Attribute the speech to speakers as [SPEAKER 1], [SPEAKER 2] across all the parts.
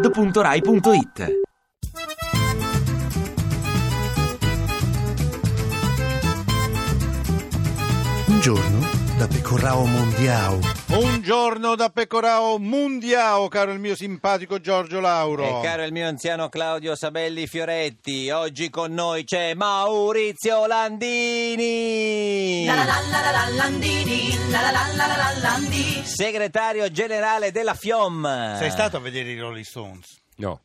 [SPEAKER 1] radio2pod.rai.it
[SPEAKER 2] Un giorno da Pecorrao Mondiao.
[SPEAKER 3] Un giorno da Pecorao Mundiao, caro il mio simpatico Giorgio Lauro.
[SPEAKER 4] E Eh, caro il mio anziano Claudio Sabelli Fioretti, oggi con noi c'è Maurizio Landini,
[SPEAKER 5] La la la la la la Landini, la la la la la la Landini.
[SPEAKER 4] segretario generale della FIOM.
[SPEAKER 3] Sei stato a vedere i Rolling Stones?
[SPEAKER 6] No.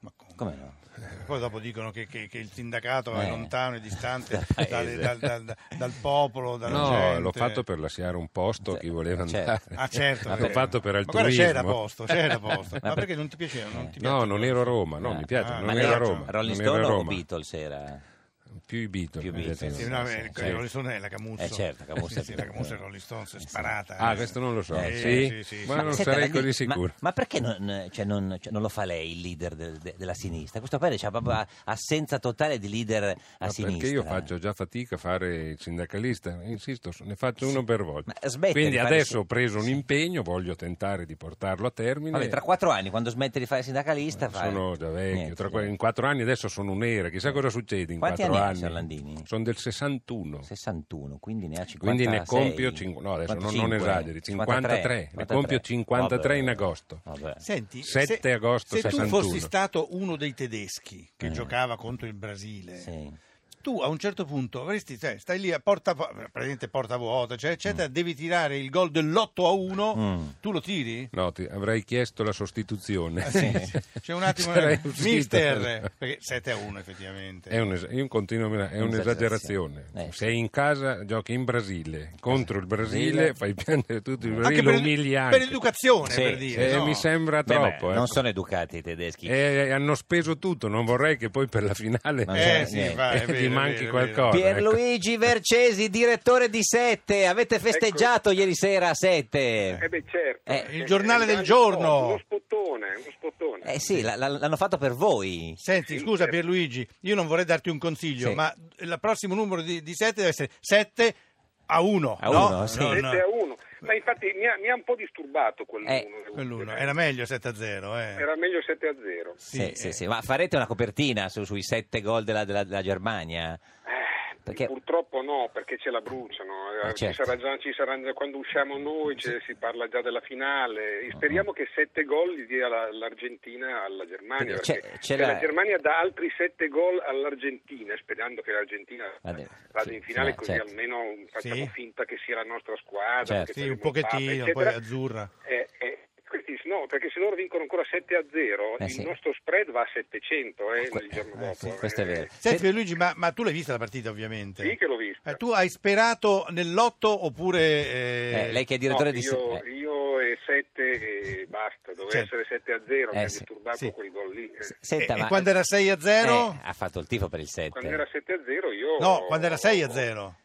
[SPEAKER 3] Ma come?
[SPEAKER 4] Come no?
[SPEAKER 3] Poi dopo dicono che, che- che il sindacato
[SPEAKER 4] Eh.
[SPEAKER 3] è lontano e distante
[SPEAKER 4] Dal
[SPEAKER 3] dalle-
[SPEAKER 4] paese.
[SPEAKER 3] dal, dal- dal popolo, dalla
[SPEAKER 6] No,
[SPEAKER 3] gente.
[SPEAKER 6] l'ho fatto per lasciare un posto a chi voleva
[SPEAKER 4] certo.
[SPEAKER 6] andare.
[SPEAKER 3] Ah certo.
[SPEAKER 6] L'ho
[SPEAKER 3] eh.
[SPEAKER 6] fatto per
[SPEAKER 3] Ma
[SPEAKER 6] altruismo.
[SPEAKER 3] guarda, c'era posto, c'era posto.
[SPEAKER 4] Ma
[SPEAKER 3] Ma
[SPEAKER 4] per-
[SPEAKER 3] perché non ti piaceva? Non ti
[SPEAKER 6] No,
[SPEAKER 3] piace?
[SPEAKER 6] non ero a Roma, no, mi piace,
[SPEAKER 3] Ah,
[SPEAKER 6] non
[SPEAKER 3] ma
[SPEAKER 6] era
[SPEAKER 3] era
[SPEAKER 6] a Roma.
[SPEAKER 4] Rolling
[SPEAKER 6] non
[SPEAKER 4] Stone
[SPEAKER 6] era a
[SPEAKER 4] o
[SPEAKER 6] Roma.
[SPEAKER 4] Beatles era?
[SPEAKER 6] Più i Beatles.
[SPEAKER 4] Più
[SPEAKER 6] mi
[SPEAKER 4] Beatles,
[SPEAKER 6] piacciono.
[SPEAKER 3] Sì, no,
[SPEAKER 4] Sì,
[SPEAKER 3] eh,
[SPEAKER 4] sì.
[SPEAKER 3] i Rolling Stones è la Camuzzo.
[SPEAKER 4] Eh, certo, Camuzzo è
[SPEAKER 3] Sì, sì, la
[SPEAKER 4] più-
[SPEAKER 3] Camuzzo e i Rolling Stones è sparata.
[SPEAKER 6] Ah,
[SPEAKER 3] eh.
[SPEAKER 6] questo non lo so.
[SPEAKER 4] Eh,
[SPEAKER 6] sì?
[SPEAKER 3] sì, sì,
[SPEAKER 6] Ma
[SPEAKER 3] sì.
[SPEAKER 6] non
[SPEAKER 4] senta,
[SPEAKER 6] sarei
[SPEAKER 4] Landini,
[SPEAKER 6] così
[SPEAKER 4] ma-
[SPEAKER 6] sicuro.
[SPEAKER 4] Ma, perché non, cioè, non- cioè, non lo fa lei il leader del- de- della sinistra? Questo paese c'ha proprio a- assenza totale di leader a
[SPEAKER 6] Ma
[SPEAKER 4] sinistra.
[SPEAKER 6] perché io faccio già fatica a fare il sindacalista, insisto, ne faccio uno per volta.
[SPEAKER 4] Ma smette di
[SPEAKER 6] Quindi
[SPEAKER 4] fare
[SPEAKER 6] adesso
[SPEAKER 4] il-
[SPEAKER 6] ho preso un impegno, voglio tentare di portarlo a termine.
[SPEAKER 4] Vabbè, tra quattro anni, quando smette di fare il sindacalista, fa...
[SPEAKER 6] Sono già vecchio,
[SPEAKER 4] Niente,
[SPEAKER 6] tra qua-
[SPEAKER 4] niente.
[SPEAKER 6] in quattro anni adesso sono un'era, chissà cosa succede in
[SPEAKER 4] Quanti
[SPEAKER 6] quattro
[SPEAKER 4] anni ha,
[SPEAKER 6] anni.
[SPEAKER 4] signor Landini?
[SPEAKER 6] Sono del 61.
[SPEAKER 4] 61, quindi ne ha 56.
[SPEAKER 6] Quindi ne compio cinqu- no, adesso non- non esageri, 53, ne compio 53 in agosto.
[SPEAKER 4] Vabbè.
[SPEAKER 3] Senti,
[SPEAKER 6] 7
[SPEAKER 3] se-
[SPEAKER 6] agosto
[SPEAKER 3] se tu
[SPEAKER 6] 61.
[SPEAKER 3] fossi stato uno dei tedeschi che giocava contro il Brasile,
[SPEAKER 4] Eh. Sì.
[SPEAKER 3] tu a un certo punto avresti, cioè, stai lì a porta, praticamente porta vuota, cioè,
[SPEAKER 4] Mm.
[SPEAKER 3] eccetera, devi tirare il gol dell'8 a 1, tu lo tiri?
[SPEAKER 6] No, ti avrei chiesto la sostituzione.
[SPEAKER 4] Ah, Eh.
[SPEAKER 3] C'è un attimo,
[SPEAKER 6] Sarei uscito.
[SPEAKER 3] mister, perché 7 a 1 effettivamente.
[SPEAKER 6] È, un es- io continuo a- è
[SPEAKER 4] Un'esagerazione.
[SPEAKER 6] un'esagerazione.
[SPEAKER 4] Eh, sì.
[SPEAKER 6] Sei in casa, giochi in Brasile, contro il
[SPEAKER 4] Brasile.
[SPEAKER 6] Brasile, fai piangere tutti i
[SPEAKER 3] Anche
[SPEAKER 6] Brasile, lo
[SPEAKER 3] per,
[SPEAKER 6] umili
[SPEAKER 3] per
[SPEAKER 6] anche.
[SPEAKER 3] educazione,
[SPEAKER 4] Sì,
[SPEAKER 3] per dire.
[SPEAKER 6] Eh,
[SPEAKER 3] no?
[SPEAKER 6] Mi sembra
[SPEAKER 4] Beh,
[SPEAKER 6] troppo.
[SPEAKER 4] beh,
[SPEAKER 6] eh.
[SPEAKER 4] non sono educati i tedeschi.
[SPEAKER 6] E hanno speso tutto, non vorrei che poi per la finale
[SPEAKER 4] Ma
[SPEAKER 3] Eh,
[SPEAKER 4] Eh,
[SPEAKER 3] sì,
[SPEAKER 4] niente.
[SPEAKER 3] va, è
[SPEAKER 6] eh,
[SPEAKER 3] vero,
[SPEAKER 6] gli
[SPEAKER 3] è
[SPEAKER 6] manchi
[SPEAKER 3] vero, è vero.
[SPEAKER 6] qualcosa. ecco.
[SPEAKER 4] Pierluigi Vercesi, direttore di Sette, avete festeggiato ieri sera a Sette.
[SPEAKER 7] Ecco. Eh beh, certo.
[SPEAKER 4] Eh,
[SPEAKER 3] il giornale
[SPEAKER 7] Eh,
[SPEAKER 3] del
[SPEAKER 7] un
[SPEAKER 3] giorno.
[SPEAKER 7] Uno spottone, uno spottone.
[SPEAKER 4] Eh sì, la- la- l'hanno fatto per voi.
[SPEAKER 3] Senti, scusa Pierluigi, io non vorrei darti un consiglio,
[SPEAKER 4] Eh. Sì.
[SPEAKER 3] ma il prossimo numero di, 7 deve essere 7 a 1.
[SPEAKER 4] A
[SPEAKER 3] no?
[SPEAKER 4] uno, sì.
[SPEAKER 3] No, no.
[SPEAKER 7] 7 a 1. Ma infatti mi ha, mi ha un po' disturbato quell'uno.
[SPEAKER 4] Eh,
[SPEAKER 7] devo
[SPEAKER 3] Quell'uno.
[SPEAKER 7] dire.
[SPEAKER 3] Era meglio 7 a eh. 0.
[SPEAKER 7] Era meglio 7 a 0.
[SPEAKER 4] Sì,
[SPEAKER 6] eh.
[SPEAKER 4] sì, sì. Ma farete una copertina su- sui sette gol della, della- della Germania? Perché-
[SPEAKER 7] Eh, Purtroppo no, perché ce la bruciano. Eh,
[SPEAKER 4] Eh,
[SPEAKER 7] Ci,
[SPEAKER 4] certo.
[SPEAKER 7] sarà già, ci sarà già- quando usciamo noi, ce- si parla già della finale. E
[SPEAKER 4] Ah.
[SPEAKER 7] Speriamo che 7 gol li dia la- l'Argentina alla Germania.
[SPEAKER 4] Perché
[SPEAKER 7] Perché
[SPEAKER 4] c'è- c'è
[SPEAKER 7] se la...
[SPEAKER 4] la-
[SPEAKER 7] Germania dà altri 7 gol all'Argentina, sperando che l'Argentina
[SPEAKER 4] Vade-
[SPEAKER 7] vada
[SPEAKER 4] Ah, sì,
[SPEAKER 7] in finale,
[SPEAKER 4] sì,
[SPEAKER 7] così
[SPEAKER 4] certo.
[SPEAKER 7] almeno facciamo
[SPEAKER 3] Sì.
[SPEAKER 7] finta che sia la nostra squadra.
[SPEAKER 4] Certo.
[SPEAKER 7] che
[SPEAKER 3] Sì,
[SPEAKER 7] saremo
[SPEAKER 3] un pochettino,
[SPEAKER 7] tappa,
[SPEAKER 3] poi
[SPEAKER 7] eccetera.
[SPEAKER 3] azzurra.
[SPEAKER 7] Eh, eh, questi- no, perché se loro vincono ancora 7 a 0,
[SPEAKER 4] Eh,
[SPEAKER 7] il
[SPEAKER 4] sì.
[SPEAKER 7] nostro spread va a 700 eh,
[SPEAKER 4] Que-
[SPEAKER 7] il giorno
[SPEAKER 4] eh,
[SPEAKER 7] dopo.
[SPEAKER 4] sì, questo è
[SPEAKER 7] eh.
[SPEAKER 4] vero.
[SPEAKER 3] Senti
[SPEAKER 4] Sì.
[SPEAKER 3] Pierluigi, ma, ma tu l'hai vista la partita ovviamente?
[SPEAKER 7] Sì, che l'ho vista.
[SPEAKER 3] Eh, tu hai sperato nell'8 oppure... eh,
[SPEAKER 4] Eh, lei che è direttore
[SPEAKER 7] No,
[SPEAKER 4] di
[SPEAKER 7] io,
[SPEAKER 4] eh,
[SPEAKER 7] io e 7 e basta, doveva
[SPEAKER 3] Certo.
[SPEAKER 7] essere 7 a 0, mi
[SPEAKER 4] Eh,
[SPEAKER 7] ha
[SPEAKER 4] sì,
[SPEAKER 7] disturbato
[SPEAKER 3] sì.
[SPEAKER 7] quel gol lì. eh.
[SPEAKER 4] s- senta,
[SPEAKER 3] e
[SPEAKER 4] ma-
[SPEAKER 3] quando era 6 a 0?
[SPEAKER 4] Eh, ha fatto il tifo per il sette.
[SPEAKER 7] Quando era 7 a 0 io...
[SPEAKER 3] No, quando era 6 a Ah, 0.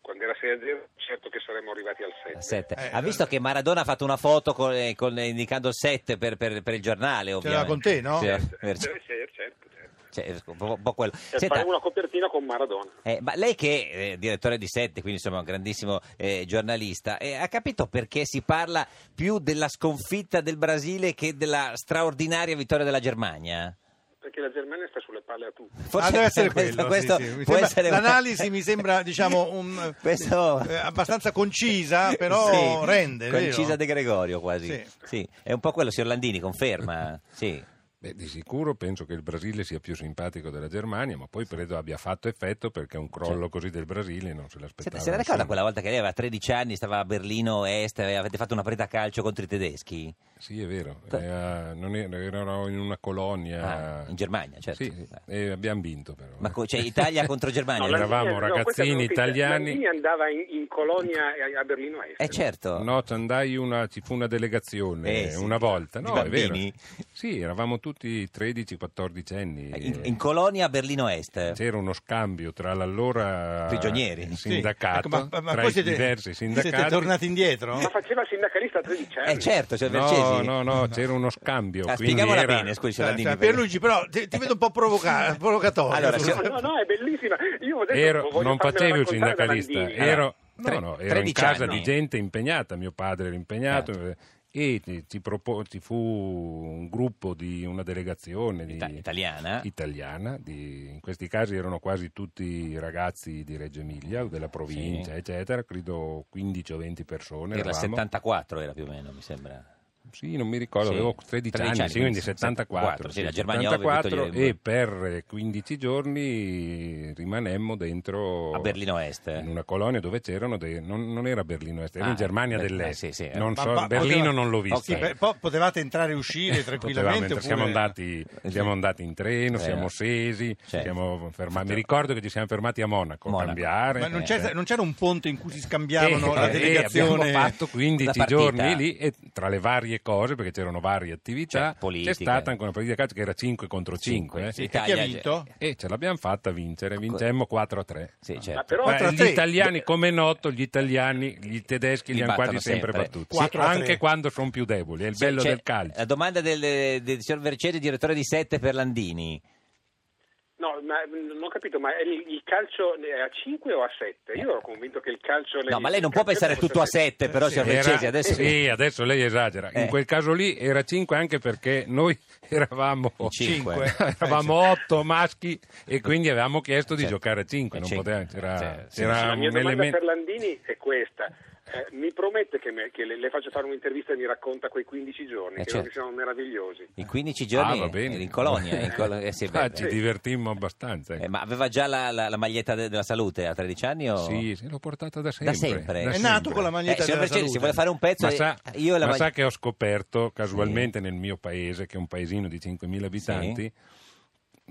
[SPEAKER 7] Quando era 6 a 0 certo che saremmo arrivati al 7.
[SPEAKER 4] A sette.
[SPEAKER 3] Eh,
[SPEAKER 4] ha visto che Maradona ha fatto una foto con- eh, con- eh, indicando il 7 per, per- per il giornale
[SPEAKER 3] l'aveva
[SPEAKER 4] ovviamente.
[SPEAKER 3] con te, no?
[SPEAKER 4] Sì, eh,
[SPEAKER 7] Certo,
[SPEAKER 4] per-
[SPEAKER 7] deve essere, certo, certo.
[SPEAKER 4] cioè, un po'- un po' quello.
[SPEAKER 7] Per
[SPEAKER 4] Senta,
[SPEAKER 7] fare una copertina con Maradona.
[SPEAKER 4] eh, ma lei che è eh, direttore di Sette, quindi insomma un grandissimo eh, giornalista, eh, ha capito perché si parla più della sconfitta del Brasile che della straordinaria vittoria della Germania?
[SPEAKER 7] Perché la Germania sta sulle palle a tutti.
[SPEAKER 4] Eh,
[SPEAKER 3] Ah, deve essere
[SPEAKER 4] questo-
[SPEAKER 3] quello.
[SPEAKER 4] questo
[SPEAKER 3] sì, sì. Mi
[SPEAKER 4] può
[SPEAKER 3] sembra-
[SPEAKER 4] essere una-
[SPEAKER 3] L'analisi mi sembra, diciamo, un-
[SPEAKER 4] Questo-
[SPEAKER 3] eh, abbastanza concisa, Ah, però
[SPEAKER 4] Sì,
[SPEAKER 3] rende. vero?
[SPEAKER 4] Concisa De Gregorio quasi. Sì.
[SPEAKER 3] Sì.
[SPEAKER 4] è un po' quello, signor Landini, conferma. Sì.
[SPEAKER 6] Beh, di sicuro penso che il Brasile sia più simpatico della Germania, ma poi credo abbia fatto effetto perché un crollo così del Brasile non se
[SPEAKER 4] Senta,
[SPEAKER 6] l'aspettava.
[SPEAKER 4] se la ricorda
[SPEAKER 6] nessuno.
[SPEAKER 4] quella volta che lei aveva 13 anni, stava a Berlino Est, e avete fatto una partita a calcio contro i tedeschi?
[SPEAKER 6] Sì, è vero.
[SPEAKER 4] Que-
[SPEAKER 6] Eh, non ero, ero in una colonia.
[SPEAKER 4] Ah, in Germania, certo.
[SPEAKER 6] Eh. Sì, sì. e abbiamo vinto però.
[SPEAKER 4] Ma co- cioè, Italia contro Germania?
[SPEAKER 7] No,
[SPEAKER 6] la- eravamo
[SPEAKER 7] Landini- no, questa è una
[SPEAKER 6] ragazzini
[SPEAKER 7] notizia.
[SPEAKER 6] italiani.
[SPEAKER 7] Landini andava in, in colonia a- a Berlino Est.
[SPEAKER 4] Eh certo.
[SPEAKER 6] No, ci andai una, ci fu una delegazione
[SPEAKER 4] Eh, sì.
[SPEAKER 6] una volta.
[SPEAKER 4] Di
[SPEAKER 6] No, è vero.
[SPEAKER 4] bambini?
[SPEAKER 6] Sì, eravamo tutti 13-14 anni.
[SPEAKER 4] Eh, In, in colonia a Berlino Est.
[SPEAKER 6] C'era uno scambio tra l'allora eh,
[SPEAKER 4] Prigionieri.
[SPEAKER 3] Sì. Ecco,
[SPEAKER 6] sindacato,
[SPEAKER 3] ma- ma- ma
[SPEAKER 6] tra
[SPEAKER 3] poi
[SPEAKER 6] i
[SPEAKER 3] siete-
[SPEAKER 6] diversi sindacati.
[SPEAKER 3] Siete tornati indietro?
[SPEAKER 7] Ma faceva il sindacalista a 13 anni.
[SPEAKER 4] Eh certo, signor
[SPEAKER 6] No,
[SPEAKER 4] Vercesi.
[SPEAKER 6] no, no, c'era uno scambio.
[SPEAKER 4] Ah,
[SPEAKER 6] quindi
[SPEAKER 4] spieghiamola
[SPEAKER 6] era-
[SPEAKER 4] bene, scusi, signor
[SPEAKER 3] Cioè,
[SPEAKER 4] Landini.
[SPEAKER 3] cioè, Pierluigi, però ti, ti vedo un po' provoca- provocatorio.
[SPEAKER 4] Allora,
[SPEAKER 3] Scusa.
[SPEAKER 7] No, no, no, è bellissima. Io adesso
[SPEAKER 6] ero-
[SPEAKER 7] voglio
[SPEAKER 6] non
[SPEAKER 7] farmela
[SPEAKER 6] facevo il
[SPEAKER 7] raccontare da
[SPEAKER 6] sindacalista,
[SPEAKER 7] Landini.
[SPEAKER 4] Allora,
[SPEAKER 6] ero,
[SPEAKER 4] tre-
[SPEAKER 6] no, no, ero in
[SPEAKER 4] 13
[SPEAKER 6] casa
[SPEAKER 4] anni. Certo.
[SPEAKER 6] di gente impegnata, mio padre era impegnato, e ti, ti propo- ci fu un gruppo di una delegazione di-
[SPEAKER 4] Ita- italiana.
[SPEAKER 6] italiana, di- in questi casi erano quasi tutti ragazzi di Reggio Emilia o della provincia,
[SPEAKER 4] Sì.
[SPEAKER 6] eccetera, credo 15 o 20 persone.
[SPEAKER 4] Era
[SPEAKER 6] eravamo.
[SPEAKER 4] 74 era più o meno, mi sembra.
[SPEAKER 6] Sì, non mi ricordo,
[SPEAKER 4] Sì.
[SPEAKER 6] avevo 13,
[SPEAKER 4] 13
[SPEAKER 6] anni,
[SPEAKER 4] anni,
[SPEAKER 6] sì, quindi
[SPEAKER 4] 74,
[SPEAKER 6] 74.
[SPEAKER 4] sì, la Germania Ovest,
[SPEAKER 6] 74,
[SPEAKER 4] Vittorio Emanuele.
[SPEAKER 6] e per 15 giorni rimanemmo dentro
[SPEAKER 4] A Berlino Est.
[SPEAKER 6] Oh. in una colonia dove c'erano dei, non, non era Berlino Est, era
[SPEAKER 4] Ah,
[SPEAKER 6] in Germania
[SPEAKER 4] beh,
[SPEAKER 6] dell'Est.
[SPEAKER 4] eh, sì, sì, eh.
[SPEAKER 6] non
[SPEAKER 3] Ma-
[SPEAKER 6] so,
[SPEAKER 3] ma-
[SPEAKER 6] Berlino
[SPEAKER 3] poteva-
[SPEAKER 6] non l'ho visto. ecco.
[SPEAKER 3] Sì, beh, po- potevate entrare e uscire
[SPEAKER 6] Eh, Potevamo
[SPEAKER 3] tranquillamente.
[SPEAKER 6] entrare, siamo,
[SPEAKER 3] oppure-
[SPEAKER 6] andati, siamo andati in treno,
[SPEAKER 4] Eh,
[SPEAKER 6] siamo sesi,
[SPEAKER 4] certo.
[SPEAKER 6] siamo fermati. mi ricordo che ci siamo fermati a Monaco,
[SPEAKER 4] Monaco.
[SPEAKER 6] a cambiare.
[SPEAKER 3] Ma non,
[SPEAKER 6] Eh,
[SPEAKER 3] c'è-
[SPEAKER 6] eh.
[SPEAKER 3] non c'era un ponte in cui si scambiavano
[SPEAKER 6] Eh,
[SPEAKER 3] la
[SPEAKER 6] eh,
[SPEAKER 3] delegazione?
[SPEAKER 6] abbiamo fatto 15
[SPEAKER 4] La partita.
[SPEAKER 6] giorni lì e tra le varie cose, perché c'erano varie attività,
[SPEAKER 4] Cioè, politica.
[SPEAKER 6] c'è stata anche una partita di calcio che era 5 contro 5.
[SPEAKER 4] Cinque, sì.
[SPEAKER 3] E chi ha
[SPEAKER 4] Italia-
[SPEAKER 3] vinto?
[SPEAKER 6] E ce l'abbiamo fatta a vincere, vincemmo 4 a 3.
[SPEAKER 4] Sì, certo.
[SPEAKER 7] Ma Ah, però
[SPEAKER 6] Ma
[SPEAKER 3] Quattro a
[SPEAKER 6] gli
[SPEAKER 3] tre.
[SPEAKER 6] italiani, come è noto, gli italiani, gli tedeschi li,
[SPEAKER 4] Li
[SPEAKER 6] hanno
[SPEAKER 4] battono
[SPEAKER 6] quasi sempre,
[SPEAKER 4] sempre.
[SPEAKER 6] battuti,
[SPEAKER 3] Quattro a tre.
[SPEAKER 6] anche quando sono più deboli. È il bello
[SPEAKER 4] C'è-
[SPEAKER 6] del calcio.
[SPEAKER 4] Cioè, La domanda del, del signor Vercelli, direttore di 7 per Landini.
[SPEAKER 7] No, ma mh, non ho capito, ma il, il calcio è a 5 o a 7? Io ero convinto che il calcio...
[SPEAKER 4] No, ma lei non può
[SPEAKER 7] il calcio
[SPEAKER 4] pensare
[SPEAKER 7] fosse
[SPEAKER 4] tutto a 7, però,
[SPEAKER 3] Sì,
[SPEAKER 4] signor
[SPEAKER 6] Era-
[SPEAKER 4] Vercelli, adesso...
[SPEAKER 6] Sì, Eh, adesso lei esagera.
[SPEAKER 4] Eh.
[SPEAKER 6] In quel caso lì era 5 anche perché noi eravamo
[SPEAKER 4] In cinque.
[SPEAKER 3] Cinque.
[SPEAKER 6] eravamo 8 maschi e quindi avevamo chiesto di
[SPEAKER 4] Certo.
[SPEAKER 6] giocare a 5, non
[SPEAKER 4] Cinque.
[SPEAKER 6] poteva, c'era,
[SPEAKER 4] Cioè, sì,
[SPEAKER 6] c'era
[SPEAKER 7] La
[SPEAKER 6] un
[SPEAKER 7] mia domanda
[SPEAKER 6] elemento
[SPEAKER 7] per Landini è questa. Eh, mi promette che, me- che le, le faccio fare un'intervista e mi racconta quei 15 giorni,
[SPEAKER 4] Eh,
[SPEAKER 7] che
[SPEAKER 4] certo.
[SPEAKER 7] che siamo meravigliosi.
[SPEAKER 4] In 15
[SPEAKER 6] Ah,
[SPEAKER 4] giorni
[SPEAKER 6] va bene.
[SPEAKER 4] era in colonia. in colo- eh, sì, beh,
[SPEAKER 6] Ah, ci
[SPEAKER 4] beh.
[SPEAKER 6] divertimmo abbastanza. ecco.
[SPEAKER 4] Eh, ma aveva già la, la- la maglietta de- della salute a 13 anni? O...
[SPEAKER 6] Sì, sì, l'ho portata da sempre.
[SPEAKER 4] sempre. È
[SPEAKER 3] È
[SPEAKER 6] sempre.
[SPEAKER 3] nato con la
[SPEAKER 4] Eh,
[SPEAKER 3] maglietta
[SPEAKER 4] signor
[SPEAKER 3] della
[SPEAKER 4] Vercelli, se
[SPEAKER 3] salute.
[SPEAKER 4] vuole fare un pezzo,
[SPEAKER 6] Ma,
[SPEAKER 4] eh,
[SPEAKER 6] sa,
[SPEAKER 4] io e la
[SPEAKER 6] ma sa
[SPEAKER 4] mag-
[SPEAKER 6] che ho scoperto casualmente nel mio paese, che è un paesino di 5.000 abitanti,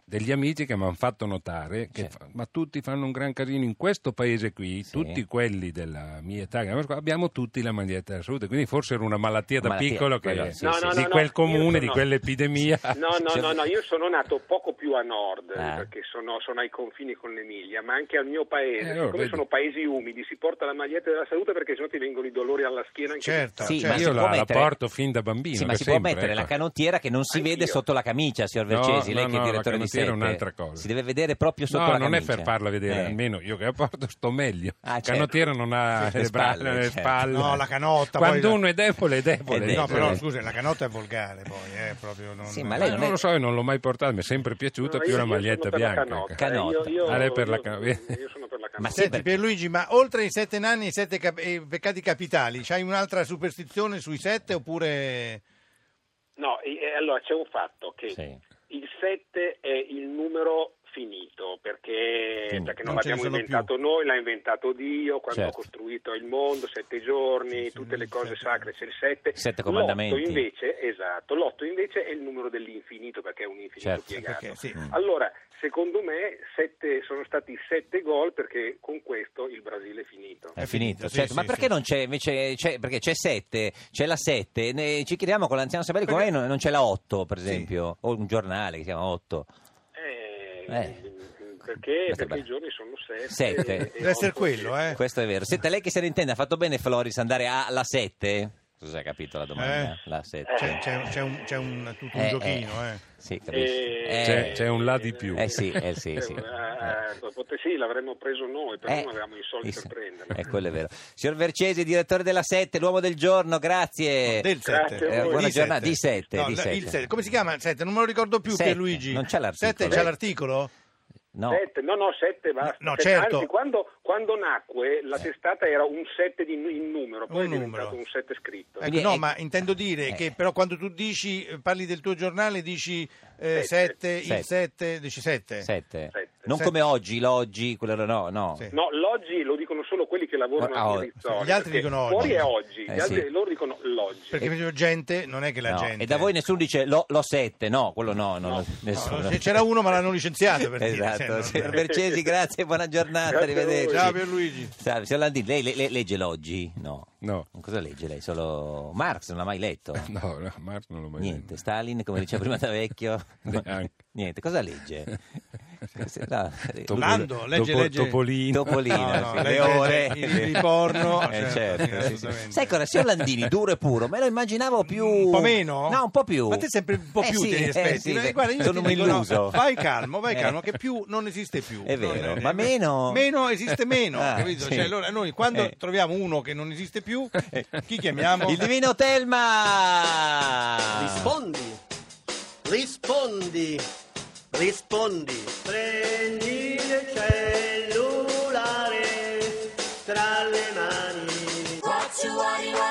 [SPEAKER 6] degli amici che mi hanno fatto notare che
[SPEAKER 4] Sì.
[SPEAKER 6] fa- ma tutti fanno un gran casino in questo paese qui,
[SPEAKER 4] Sì.
[SPEAKER 6] tutti quelli della mia età, che abbiamo- abbiamo tutti la maglietta della salute, quindi forse era una malattia da
[SPEAKER 4] Malattia,
[SPEAKER 6] piccolo che,
[SPEAKER 4] quello, sì,
[SPEAKER 7] No, sì. no,
[SPEAKER 6] di
[SPEAKER 7] no,
[SPEAKER 6] quel
[SPEAKER 7] no, io
[SPEAKER 6] comune,
[SPEAKER 7] sono-
[SPEAKER 6] di quell'epidemia.
[SPEAKER 7] No, no, no, no, io sono nato poco più a nord,
[SPEAKER 4] cioè- Ah.
[SPEAKER 7] perché sono, sono ai confini con l'Emilia, ma anche al mio paese,
[SPEAKER 6] Eh, allora,
[SPEAKER 7] siccome
[SPEAKER 6] vedi.
[SPEAKER 7] sono paesi umidi, si porta la maglietta della salute perché sennò ti vengono i dolori alla schiena. Anche
[SPEAKER 3] Certo,
[SPEAKER 4] Sì,
[SPEAKER 3] certo.
[SPEAKER 4] ma si
[SPEAKER 6] Cioè, Io
[SPEAKER 4] può
[SPEAKER 6] la, la
[SPEAKER 4] mettere-
[SPEAKER 6] porto fin da bambino.
[SPEAKER 4] Sì, ma
[SPEAKER 6] da
[SPEAKER 4] si può
[SPEAKER 6] sempre,
[SPEAKER 4] mettere la
[SPEAKER 6] ecco.
[SPEAKER 4] canottiera che non si
[SPEAKER 7] Anch'io.
[SPEAKER 4] vede sotto la camicia, signor
[SPEAKER 6] No,
[SPEAKER 4] Vercesi, lei che
[SPEAKER 6] no,
[SPEAKER 4] è
[SPEAKER 6] no, la
[SPEAKER 4] direttore di
[SPEAKER 6] canottiera è
[SPEAKER 4] Sette.
[SPEAKER 6] un'altra cosa.
[SPEAKER 4] Si deve vedere proprio sotto
[SPEAKER 6] No,
[SPEAKER 4] la
[SPEAKER 6] non
[SPEAKER 4] camicia.
[SPEAKER 6] è per farla vedere,
[SPEAKER 4] Eh.
[SPEAKER 6] almeno io che la porto sto meglio.
[SPEAKER 4] Ah,
[SPEAKER 6] Il
[SPEAKER 4] certo.
[SPEAKER 6] Canottiero non ha
[SPEAKER 4] Le
[SPEAKER 6] le,
[SPEAKER 4] spalle,
[SPEAKER 6] braccia, le
[SPEAKER 4] certo.
[SPEAKER 6] spalle.
[SPEAKER 3] No, la canotta,
[SPEAKER 6] Quando
[SPEAKER 3] poi-
[SPEAKER 6] uno è debole, è debole.
[SPEAKER 4] È
[SPEAKER 3] Eh, No,
[SPEAKER 4] debole.
[SPEAKER 3] però scusa, la canotta è volgare poi, eh, proprio non...
[SPEAKER 4] Sì, ma
[SPEAKER 6] Ma
[SPEAKER 4] lei
[SPEAKER 6] lei
[SPEAKER 4] non
[SPEAKER 6] non,
[SPEAKER 4] è-
[SPEAKER 6] lo so, io non l'ho mai portata, mi è sempre piaciuta
[SPEAKER 7] No,
[SPEAKER 6] più
[SPEAKER 7] io-
[SPEAKER 6] la
[SPEAKER 7] io
[SPEAKER 6] maglietta
[SPEAKER 7] sono per la
[SPEAKER 6] bianca.
[SPEAKER 7] canotta,
[SPEAKER 6] ecco.
[SPEAKER 7] eh, io-
[SPEAKER 4] Canotta.
[SPEAKER 7] io-
[SPEAKER 6] Ah, lei per la
[SPEAKER 7] io-
[SPEAKER 6] canotta.
[SPEAKER 7] Io sono per la
[SPEAKER 4] Ma
[SPEAKER 7] canotta.
[SPEAKER 4] sì,
[SPEAKER 3] Senti
[SPEAKER 4] perché-
[SPEAKER 3] Pierluigi, ma oltre i sette nanni e i sette cap- e i peccati capitali, c'hai un'altra superstizione sui sette oppure...
[SPEAKER 7] No, e- e allora c'è un fatto che
[SPEAKER 4] Sì.
[SPEAKER 7] il 7 è il numero finito perché,
[SPEAKER 4] Finito.
[SPEAKER 7] perché
[SPEAKER 3] Non
[SPEAKER 7] non,
[SPEAKER 3] ce ne
[SPEAKER 7] l'abbiamo
[SPEAKER 3] sono
[SPEAKER 7] inventato noi, l'ha inventato Dio quando
[SPEAKER 4] Certo.
[SPEAKER 7] ha costruito il mondo, sette giorni,
[SPEAKER 3] Sì, sì,
[SPEAKER 7] tutte le
[SPEAKER 3] il
[SPEAKER 7] cose
[SPEAKER 3] sette.
[SPEAKER 7] sacre, c'è il 7.
[SPEAKER 4] Sette comandamenti.
[SPEAKER 7] L'otto invece, esatto, l'otto invece è il numero dell'infinito perché è un infinito
[SPEAKER 4] Certo.
[SPEAKER 7] piegato. Mm.
[SPEAKER 3] Perché, sì.
[SPEAKER 7] Allora, secondo me sette- sono stati sette gol perché con questo il Brasile è finito.
[SPEAKER 4] È
[SPEAKER 3] È
[SPEAKER 4] finito,
[SPEAKER 3] finito, sì,
[SPEAKER 4] certo. ma
[SPEAKER 3] sì,
[SPEAKER 4] perché
[SPEAKER 3] sì.
[SPEAKER 4] non c'è invece c'è- perché c'è 7, c'è la 7, ne- ci chiediamo con l'anziano Sabelli come
[SPEAKER 3] Perché-
[SPEAKER 4] mai non, non c'è la 8, per esempio, o un giornale che si chiama 8.
[SPEAKER 7] Eh,
[SPEAKER 4] Eh.
[SPEAKER 7] Perché,
[SPEAKER 4] Questo è
[SPEAKER 7] perché
[SPEAKER 4] bello.
[SPEAKER 7] i giorni sono sette.
[SPEAKER 4] Sette.
[SPEAKER 7] e- e
[SPEAKER 3] Deve essere
[SPEAKER 7] otto-
[SPEAKER 3] quello, eh?
[SPEAKER 4] Questo è vero. Senta, lei che se ne intende, ha fatto bene Floris andare alla 7? Non so se ha capito la domanda.
[SPEAKER 3] Eh.
[SPEAKER 4] La 7.
[SPEAKER 3] C'è, c'è- c'è un, c'è un- tutto un giochino, eh.
[SPEAKER 4] Sì, capisci.
[SPEAKER 7] Eh,
[SPEAKER 6] C'è- c'è un là di più.
[SPEAKER 4] Eh sì, eh sì,
[SPEAKER 7] Eh,
[SPEAKER 4] sì.
[SPEAKER 7] eh, eh, pot- sì, l'avremmo preso noi, però
[SPEAKER 4] Eh,
[SPEAKER 7] non avevamo i soldi
[SPEAKER 4] sì,
[SPEAKER 7] per prenderlo.
[SPEAKER 4] Eh, quello è vero. Signor Vercesi, direttore della 7, l'uomo del giorno, grazie.
[SPEAKER 3] Del
[SPEAKER 7] Grazie
[SPEAKER 3] 7.
[SPEAKER 7] a voi.
[SPEAKER 4] Eh, Buona
[SPEAKER 3] Di
[SPEAKER 4] giornata,
[SPEAKER 3] sette.
[SPEAKER 4] di sette,
[SPEAKER 3] No,
[SPEAKER 4] di
[SPEAKER 3] la-
[SPEAKER 4] sette.
[SPEAKER 3] il sette. Come si chiama il 7? Non me lo ricordo più
[SPEAKER 4] Sette.
[SPEAKER 3] Pierluigi.
[SPEAKER 4] Non c'è l'articolo.
[SPEAKER 3] 7
[SPEAKER 7] Eh.
[SPEAKER 3] c'è l'articolo?
[SPEAKER 4] No.
[SPEAKER 7] Sette, no, no, sette basta.
[SPEAKER 3] No,
[SPEAKER 7] Sette,
[SPEAKER 3] certo.
[SPEAKER 7] Anzi, quando, quando nacque
[SPEAKER 4] Eh.
[SPEAKER 7] la testata era un sette di, in numero, poi
[SPEAKER 3] Un
[SPEAKER 7] è diventato
[SPEAKER 3] numero.
[SPEAKER 7] un sette scritto.
[SPEAKER 3] Ecco,
[SPEAKER 4] Quindi
[SPEAKER 3] no,
[SPEAKER 4] è-
[SPEAKER 3] ma intendo dire
[SPEAKER 4] eh.
[SPEAKER 3] che però quando tu dici, parli del tuo giornale, dici
[SPEAKER 7] Sette.
[SPEAKER 3] 7,
[SPEAKER 4] Sette.
[SPEAKER 3] il 7, dici 7.
[SPEAKER 4] Sette.
[SPEAKER 7] Sette.
[SPEAKER 4] Non
[SPEAKER 3] Sette.
[SPEAKER 4] come oggi, l'oggi, quello no, no.
[SPEAKER 3] Sì.
[SPEAKER 7] No, l'oggi lo dicono solo quelli che lavorano
[SPEAKER 4] Ah,
[SPEAKER 7] a
[SPEAKER 4] oh,
[SPEAKER 7] Rizzoli,
[SPEAKER 3] gli altri
[SPEAKER 7] perché
[SPEAKER 3] dicono
[SPEAKER 7] Fuori
[SPEAKER 3] oggi.
[SPEAKER 7] è oggi, gli
[SPEAKER 4] Eh,
[SPEAKER 7] altri-
[SPEAKER 4] sì.
[SPEAKER 7] loro dicono l'oggi.
[SPEAKER 3] Perché proprio gente non è che la
[SPEAKER 4] No.
[SPEAKER 3] gente.
[SPEAKER 4] E da voi nessuno dice lo, lo 7, no, quello no, non lo- nessuno.
[SPEAKER 3] No, se c'era uno ma l'hanno licenziato per dire, cioè,
[SPEAKER 4] esatto,
[SPEAKER 3] se no-
[SPEAKER 4] signor Vercesi, grazie, buona giornata,
[SPEAKER 7] Grazie a voi.
[SPEAKER 4] arrivederci.
[SPEAKER 3] Ciao Pierluigi.
[SPEAKER 4] Salve, signor Landini, lei, lei- lei legge l'oggi? No.
[SPEAKER 6] No.
[SPEAKER 4] Cosa legge lei? Solo Marx, non l'ha mai letto?
[SPEAKER 6] No, no, Marx non l'ho mai
[SPEAKER 4] Niente,
[SPEAKER 6] detto.
[SPEAKER 4] Stalin, come diceva prima da vecchio.
[SPEAKER 6] Neanche.
[SPEAKER 4] Niente, cosa legge? No,
[SPEAKER 6] Topo-
[SPEAKER 3] Lando, legge,
[SPEAKER 6] Topo-
[SPEAKER 3] legge.
[SPEAKER 6] Topolino.
[SPEAKER 4] Topolino,
[SPEAKER 3] No, no,
[SPEAKER 4] sì, le
[SPEAKER 3] legge-
[SPEAKER 4] ore.
[SPEAKER 3] il- il porno,
[SPEAKER 4] Eh, certo,
[SPEAKER 3] certo, sì,
[SPEAKER 4] sì, sì.
[SPEAKER 3] assolutamente.
[SPEAKER 4] Sai cosa, signor Landini, duro e puro, me lo immaginavo più...
[SPEAKER 3] Un po' meno?
[SPEAKER 4] No, un po' più.
[SPEAKER 3] Ma te sempre un po'
[SPEAKER 4] Eh
[SPEAKER 3] più
[SPEAKER 4] sì,
[SPEAKER 3] te ne
[SPEAKER 4] eh
[SPEAKER 3] aspetti.
[SPEAKER 4] sì,
[SPEAKER 3] Eh,
[SPEAKER 4] sì.
[SPEAKER 3] Guarda, io
[SPEAKER 4] sono
[SPEAKER 3] ti
[SPEAKER 4] un
[SPEAKER 3] dico, no,
[SPEAKER 4] illuso.
[SPEAKER 3] vai calmo, vai
[SPEAKER 4] Eh.
[SPEAKER 3] calmo, che più non esiste più.
[SPEAKER 4] È
[SPEAKER 3] Non
[SPEAKER 4] vero,
[SPEAKER 3] è-
[SPEAKER 4] ma meno-
[SPEAKER 3] Meno esiste meno,
[SPEAKER 4] Ah,
[SPEAKER 3] capito?
[SPEAKER 4] sì.
[SPEAKER 3] Cioè, allora noi quando
[SPEAKER 4] Eh.
[SPEAKER 3] troviamo uno che non esiste più, chi chiamiamo?
[SPEAKER 4] Il divino Telma!
[SPEAKER 1] Rispondi, rispondi, rispondi. Prendi il cellulare tra le mani.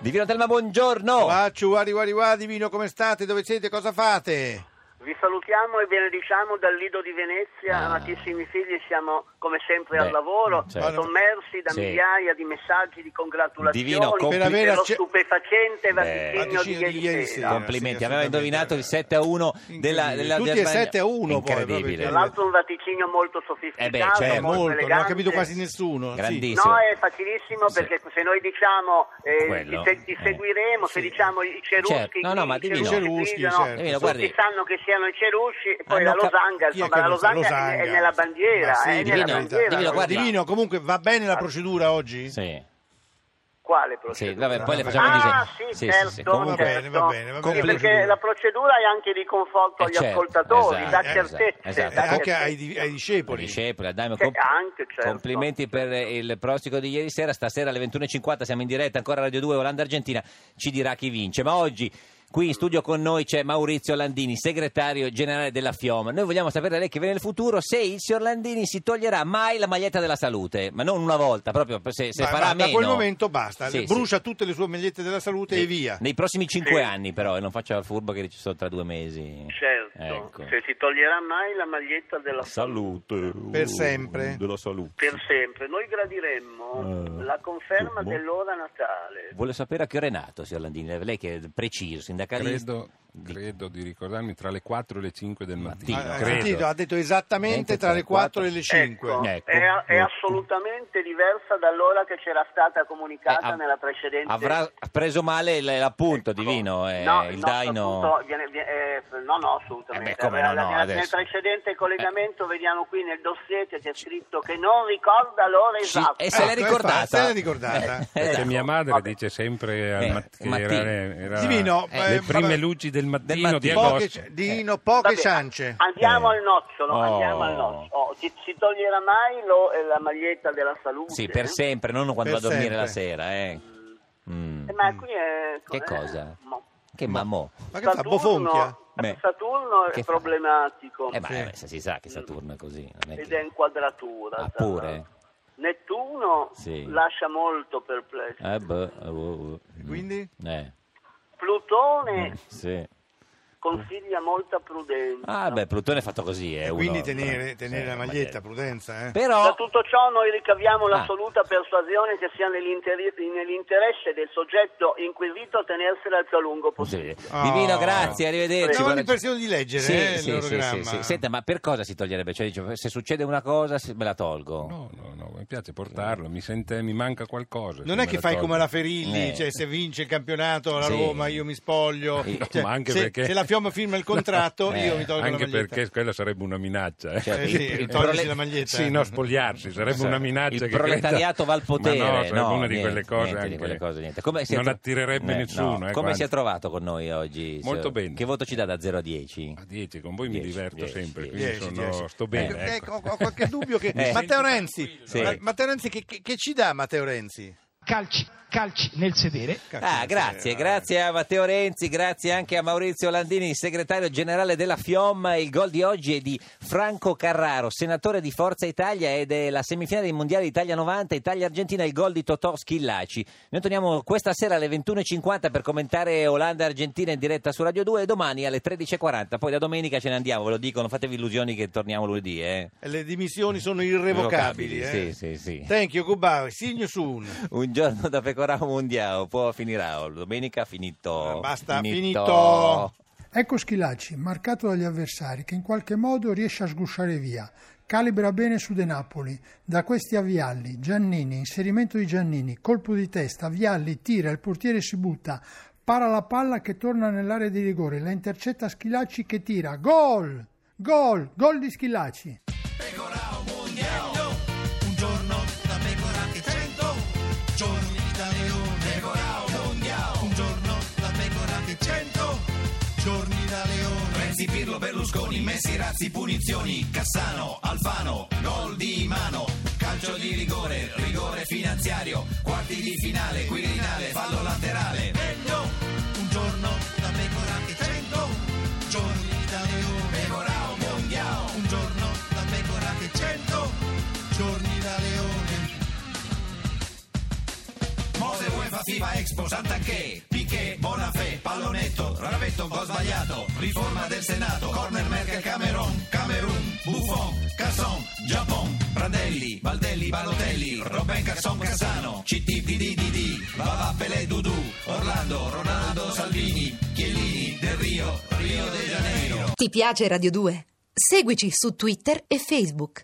[SPEAKER 4] Divino Telma, buongiorno!
[SPEAKER 3] Faccio guardi guardi guardi divino come state, dove siete, cosa fate?
[SPEAKER 1] Vi salutiamo e benediciamo dal Lido di Venezia,
[SPEAKER 4] Ah.
[SPEAKER 1] amatissimi figli, siamo come sempre
[SPEAKER 4] Beh,
[SPEAKER 1] al lavoro,
[SPEAKER 4] certo.
[SPEAKER 1] sommersi da
[SPEAKER 4] Sì.
[SPEAKER 1] migliaia di messaggi di congratulazioni
[SPEAKER 4] Divino, compl-
[SPEAKER 1] per
[SPEAKER 3] Per aver
[SPEAKER 1] lo
[SPEAKER 3] acce-
[SPEAKER 1] stupefacente vaticinio di
[SPEAKER 3] vaticinio
[SPEAKER 1] ieri sera.
[SPEAKER 4] Complimenti,
[SPEAKER 3] sì,
[SPEAKER 4] aveva indovinato il 7 a 1 della, della
[SPEAKER 3] Tutti e
[SPEAKER 4] Germania.
[SPEAKER 3] 7 a 1 poi,
[SPEAKER 4] Incredibile.
[SPEAKER 1] Tra
[SPEAKER 3] proprio,
[SPEAKER 1] l'altro un vaticinio molto sofisticato,
[SPEAKER 4] Eh beh, certo.
[SPEAKER 1] molto,
[SPEAKER 3] Cioè, Molto, non ha
[SPEAKER 1] elegante.
[SPEAKER 3] capito quasi nessuno.
[SPEAKER 4] Grandissimo.
[SPEAKER 3] Sì.
[SPEAKER 1] No, è facilissimo
[SPEAKER 4] Sì.
[SPEAKER 1] perché se noi diciamo eh,
[SPEAKER 4] Quello,
[SPEAKER 1] ti, se- ti
[SPEAKER 4] eh.
[SPEAKER 1] seguiremo, se
[SPEAKER 3] Sì.
[SPEAKER 1] diciamo i ceruschi,
[SPEAKER 4] Certo. No, no, ma
[SPEAKER 1] i
[SPEAKER 4] dimmi
[SPEAKER 3] no. Ceruschi,
[SPEAKER 1] grigiano,
[SPEAKER 3] certo.
[SPEAKER 4] Dimmi, guardi.
[SPEAKER 1] tutti sanno che siano i ceruschi, e poi
[SPEAKER 4] Ah,
[SPEAKER 1] la
[SPEAKER 4] no, cap-
[SPEAKER 1] losanga,
[SPEAKER 3] Chi è
[SPEAKER 1] insomma
[SPEAKER 3] che
[SPEAKER 1] la
[SPEAKER 3] lo sa?
[SPEAKER 1] losanga, è- è nella bandiera,
[SPEAKER 3] Ma sì,
[SPEAKER 1] è nella
[SPEAKER 4] Divino,
[SPEAKER 1] bandiera.
[SPEAKER 4] Divino, guarda.
[SPEAKER 3] Divino, comunque va bene la procedura oggi?
[SPEAKER 4] Sì.
[SPEAKER 1] Quale
[SPEAKER 4] Sì,
[SPEAKER 1] procedura?
[SPEAKER 4] vabbè, poi le
[SPEAKER 3] Ah,
[SPEAKER 4] facciamo
[SPEAKER 1] ah,
[SPEAKER 4] disegno.
[SPEAKER 1] sì,
[SPEAKER 4] Sì, sì,
[SPEAKER 1] certo,
[SPEAKER 4] sì.
[SPEAKER 3] Va
[SPEAKER 4] Comunque,
[SPEAKER 3] bene, va bene, va
[SPEAKER 1] certo.
[SPEAKER 3] bene.
[SPEAKER 1] Perché la procedura è anche di conforto
[SPEAKER 4] Eh,
[SPEAKER 1] agli
[SPEAKER 4] certo,
[SPEAKER 1] ascoltatori,
[SPEAKER 4] esatto,
[SPEAKER 1] dà
[SPEAKER 4] esatto,
[SPEAKER 1] certezze,
[SPEAKER 4] esatto.
[SPEAKER 3] E
[SPEAKER 1] dà
[SPEAKER 3] eh, anche
[SPEAKER 1] certezze.
[SPEAKER 3] ai, di- ai discepoli.
[SPEAKER 4] Discepoli, a Daimio,
[SPEAKER 1] Sì, anche, certo.
[SPEAKER 4] Complimenti per il prostico di ieri sera. Stasera alle 21.50 siamo in diretta ancora a Radio 2 Olanda-Argentina. Ci dirà chi vince. Ma oggi qui in studio con noi c'è Maurizio Landini, segretario generale della FIOM. Noi vogliamo sapere da lei che viene nel futuro se il signor Landini si toglierà mai la maglietta della salute. Ma non una volta, proprio se, se
[SPEAKER 3] Ma-
[SPEAKER 4] farà
[SPEAKER 3] ma da
[SPEAKER 4] meno.
[SPEAKER 3] quel momento basta,
[SPEAKER 4] Sì, sì.
[SPEAKER 3] brucia tutte le sue magliette della salute e via.
[SPEAKER 4] Nei prossimi cinque
[SPEAKER 1] Sì.
[SPEAKER 4] anni, però, e non faccia il furbo che ci sono tra due mesi.
[SPEAKER 1] Certo,
[SPEAKER 4] Ecco.
[SPEAKER 1] se si toglierà mai la maglietta della
[SPEAKER 4] Salute.
[SPEAKER 3] Per sempre.
[SPEAKER 4] Della salute.
[SPEAKER 1] per sempre, noi gradiremmo
[SPEAKER 4] Eh,
[SPEAKER 1] la conferma
[SPEAKER 4] boh.
[SPEAKER 1] dell'ora natale.
[SPEAKER 4] Vuole sapere a che ora è nato, signor Landini? Lei che è preciso, sindacalista.
[SPEAKER 6] Credo, credo di ricordarmi tra le 4 e le 5 del mattino.
[SPEAKER 3] Ha, ha
[SPEAKER 4] credo.
[SPEAKER 3] Ah, eh, sentito, ha detto esattamente tra le 4 e le 5.
[SPEAKER 1] Ecco,
[SPEAKER 4] Ecco.
[SPEAKER 1] È, è
[SPEAKER 4] Ecco.
[SPEAKER 1] assolutamente diversa dall'ora che c'era stata
[SPEAKER 4] Eh,
[SPEAKER 1] comunicata
[SPEAKER 4] av-
[SPEAKER 1] nella precedente.
[SPEAKER 4] Avrà preso male l- l'appunto,
[SPEAKER 1] Ecco.
[SPEAKER 4] Divino, eh,
[SPEAKER 1] No,
[SPEAKER 4] il
[SPEAKER 1] no,
[SPEAKER 4] daino...
[SPEAKER 1] appunto, viene- viene- eh, no, no, assolutamente.
[SPEAKER 4] Eh beh, come no,
[SPEAKER 1] Allora,
[SPEAKER 4] no,
[SPEAKER 1] nel- nel
[SPEAKER 4] adesso. Eh.
[SPEAKER 1] precedente collegamento vediamo qui nel dossier che c'è scritto che non ricorda l'ora
[SPEAKER 4] Ci-
[SPEAKER 1] esatta.
[SPEAKER 4] E se l'è
[SPEAKER 3] Ecco,
[SPEAKER 4] ricordata?
[SPEAKER 3] infatti, se l'è ricordata. Ecco.
[SPEAKER 4] Eh,
[SPEAKER 6] Perché
[SPEAKER 4] esatto.
[SPEAKER 6] mia madre
[SPEAKER 1] vabbè.
[SPEAKER 6] dice sempre al
[SPEAKER 4] Eh,
[SPEAKER 6] mat- che
[SPEAKER 4] mattino.
[SPEAKER 6] era, era
[SPEAKER 3] Divino,
[SPEAKER 6] le
[SPEAKER 3] eh,
[SPEAKER 6] prime
[SPEAKER 3] vabbè.
[SPEAKER 6] luci del mattino, di
[SPEAKER 4] mattino. Boh,
[SPEAKER 3] Poche,
[SPEAKER 6] agosto.
[SPEAKER 3] Dino,
[SPEAKER 1] Eh, Vabbè,
[SPEAKER 3] poche
[SPEAKER 1] a-
[SPEAKER 3] ciance.
[SPEAKER 1] Andiamo
[SPEAKER 4] Eh.
[SPEAKER 1] al nocciolo,
[SPEAKER 4] Oh.
[SPEAKER 1] andiamo al nocciolo. Oh, si, si toglierà mai lo- eh, la maglietta della salute?
[SPEAKER 4] Sì, per sempre, non quando va
[SPEAKER 3] Per
[SPEAKER 4] a dormire la
[SPEAKER 3] sempre.
[SPEAKER 4] sera. eh. Mm.
[SPEAKER 1] Eh, ma qui è...
[SPEAKER 4] Che
[SPEAKER 1] eh,
[SPEAKER 4] cosa?
[SPEAKER 1] mo.
[SPEAKER 4] Che mammo.
[SPEAKER 3] Ma che fa,
[SPEAKER 1] Saturno-
[SPEAKER 3] bofonchia?
[SPEAKER 4] Beh.
[SPEAKER 1] Saturno è
[SPEAKER 4] Che fa?
[SPEAKER 1] problematico.
[SPEAKER 4] Eh, ma
[SPEAKER 3] Sì.
[SPEAKER 4] eh, beh, se si sa che Saturno è così. Non è
[SPEAKER 1] Ed
[SPEAKER 4] che-
[SPEAKER 1] è in quadratura.
[SPEAKER 4] Ah,
[SPEAKER 1] tra
[SPEAKER 4] pure?
[SPEAKER 1] l'altro. Nettuno
[SPEAKER 4] Sì.
[SPEAKER 1] lascia molto perplesso.
[SPEAKER 4] Eh, boh, eh, boh, boh. Mm.
[SPEAKER 3] Quindi?
[SPEAKER 4] Eh,
[SPEAKER 1] Plutone
[SPEAKER 4] sì.
[SPEAKER 1] consiglia molta prudenza.
[SPEAKER 4] Mm. Ah, beh, Plutone è fatto così, eh,
[SPEAKER 3] E quindi
[SPEAKER 4] uno-
[SPEAKER 3] tenere,
[SPEAKER 4] eh,
[SPEAKER 3] tenere
[SPEAKER 4] sì,
[SPEAKER 3] la
[SPEAKER 4] la
[SPEAKER 3] maglietta, prudenza. Eh.
[SPEAKER 4] Però...
[SPEAKER 1] Da tutto ciò noi ricaviamo
[SPEAKER 4] Ah.
[SPEAKER 1] l'assoluta persuasione che sia nell'interi- nell'interesse del soggetto inquisito a tenersela il più a lungo possibile.
[SPEAKER 4] Possibile. Divino,
[SPEAKER 3] Oh.
[SPEAKER 4] grazie, arrivederci.
[SPEAKER 3] Avevo
[SPEAKER 4] Guarda-
[SPEAKER 3] l'impressione di leggere
[SPEAKER 4] Sì,
[SPEAKER 3] eh,
[SPEAKER 4] sì,
[SPEAKER 3] il
[SPEAKER 4] sì,
[SPEAKER 3] l'orogramma.
[SPEAKER 4] sì, sì. Senta, ma per cosa si toglierebbe? Cioè, dice, se succede una cosa se- me la tolgo.
[SPEAKER 6] No, no, no, mi piace portarlo, mi, sente, mi manca qualcosa.
[SPEAKER 3] Non
[SPEAKER 6] se
[SPEAKER 3] è
[SPEAKER 6] me
[SPEAKER 3] che
[SPEAKER 6] lo
[SPEAKER 3] fai
[SPEAKER 6] tolgo.
[SPEAKER 3] come la Ferilli,
[SPEAKER 4] Eh.
[SPEAKER 3] cioè se vince il campionato la
[SPEAKER 4] Sì. Eh,
[SPEAKER 3] Roma io mi spoglio.
[SPEAKER 4] No,
[SPEAKER 3] Cioè,
[SPEAKER 6] ma anche
[SPEAKER 3] se,
[SPEAKER 6] perché-
[SPEAKER 3] se la Fiamma firma il contratto
[SPEAKER 4] No.
[SPEAKER 3] io
[SPEAKER 4] Eh,
[SPEAKER 3] mi tolgo
[SPEAKER 6] Anche
[SPEAKER 3] la maglietta.
[SPEAKER 6] perché quella sarebbe una minaccia. eh.
[SPEAKER 4] Cioè,
[SPEAKER 3] Eh
[SPEAKER 4] il-
[SPEAKER 3] sì,
[SPEAKER 4] il
[SPEAKER 3] togliersi
[SPEAKER 4] prole-
[SPEAKER 3] la maglietta.
[SPEAKER 6] Sì, no, spogliarsi, sarebbe
[SPEAKER 4] eh. Sì.
[SPEAKER 6] una minaccia.
[SPEAKER 4] Il
[SPEAKER 6] che
[SPEAKER 4] proletariato
[SPEAKER 6] questa-
[SPEAKER 4] va al potere.
[SPEAKER 6] Ma no, sarebbe
[SPEAKER 4] no,
[SPEAKER 6] una di
[SPEAKER 4] niente,
[SPEAKER 6] quelle cose.
[SPEAKER 4] niente di
[SPEAKER 6] anche-
[SPEAKER 4] quelle cose, niente. Come si è
[SPEAKER 6] non
[SPEAKER 4] tro-
[SPEAKER 6] attirerebbe
[SPEAKER 4] Eh, no.
[SPEAKER 6] nessuno. eh,
[SPEAKER 4] Come si
[SPEAKER 6] guarda.
[SPEAKER 4] è trovato con noi oggi?
[SPEAKER 6] Molto
[SPEAKER 4] signor-
[SPEAKER 6] bene.
[SPEAKER 4] Che voto ci dà da 0 a 10?
[SPEAKER 6] A 10, con voi mi
[SPEAKER 4] Dieci,
[SPEAKER 6] diverto
[SPEAKER 4] dieci,
[SPEAKER 6] sempre,
[SPEAKER 4] dieci.
[SPEAKER 6] quindi
[SPEAKER 3] Dieci,
[SPEAKER 6] sono-
[SPEAKER 3] dieci.
[SPEAKER 6] sto bene.
[SPEAKER 3] Eh,
[SPEAKER 6] ecco.
[SPEAKER 3] ecco, ho ho qualche dubbio che
[SPEAKER 4] Eh.
[SPEAKER 3] Matteo Renzi,
[SPEAKER 4] Sì.
[SPEAKER 3] Ma- Matteo Renzi che, che- che ci dà Matteo Renzi?
[SPEAKER 8] calci, calci nel sedere.
[SPEAKER 3] Cazzo,
[SPEAKER 4] Ah,
[SPEAKER 3] non
[SPEAKER 4] grazie,
[SPEAKER 3] so,
[SPEAKER 4] grazie a Matteo Renzi, grazie anche a Maurizio Landini, segretario generale della FIOM. Il gol di oggi è di Franco Carraro, senatore di Forza Italia ed è la semifinale dei mondiali Italia 90, Italia-Argentina, il gol di Totò Schillaci. Noi torniamo questa sera alle 21.50 per commentare Olanda-Argentina in diretta su Radio 2 e domani alle 13.40. Poi da domenica ce ne andiamo, ve lo dico, non fatevi illusioni che torniamo lunedì. Eh.
[SPEAKER 3] Le dimissioni sono irrevocabili.
[SPEAKER 4] Irrevocabili,
[SPEAKER 3] eh.
[SPEAKER 4] sì, sì, sì.
[SPEAKER 3] Thank you, goodbye. See you soon.
[SPEAKER 4] Un giorno da Pecora Mondiao, poi finirà, domenica finito.
[SPEAKER 3] Ah, basta, finito.
[SPEAKER 9] Ecco Schilacci, marcato dagli avversari, che in qualche modo riesce a sgusciare via. Calibra bene su De Napoli. Da questi a Vialli, Giannini, inserimento di Giannini, colpo di testa, Vialli tira, il portiere si butta, para la palla che torna nell'area di rigore, la intercetta Schilacci che tira. Gol! Gol, gol di Schillaci.
[SPEAKER 10] Ti piace Radio 2? Seguici su Twitter e Facebook.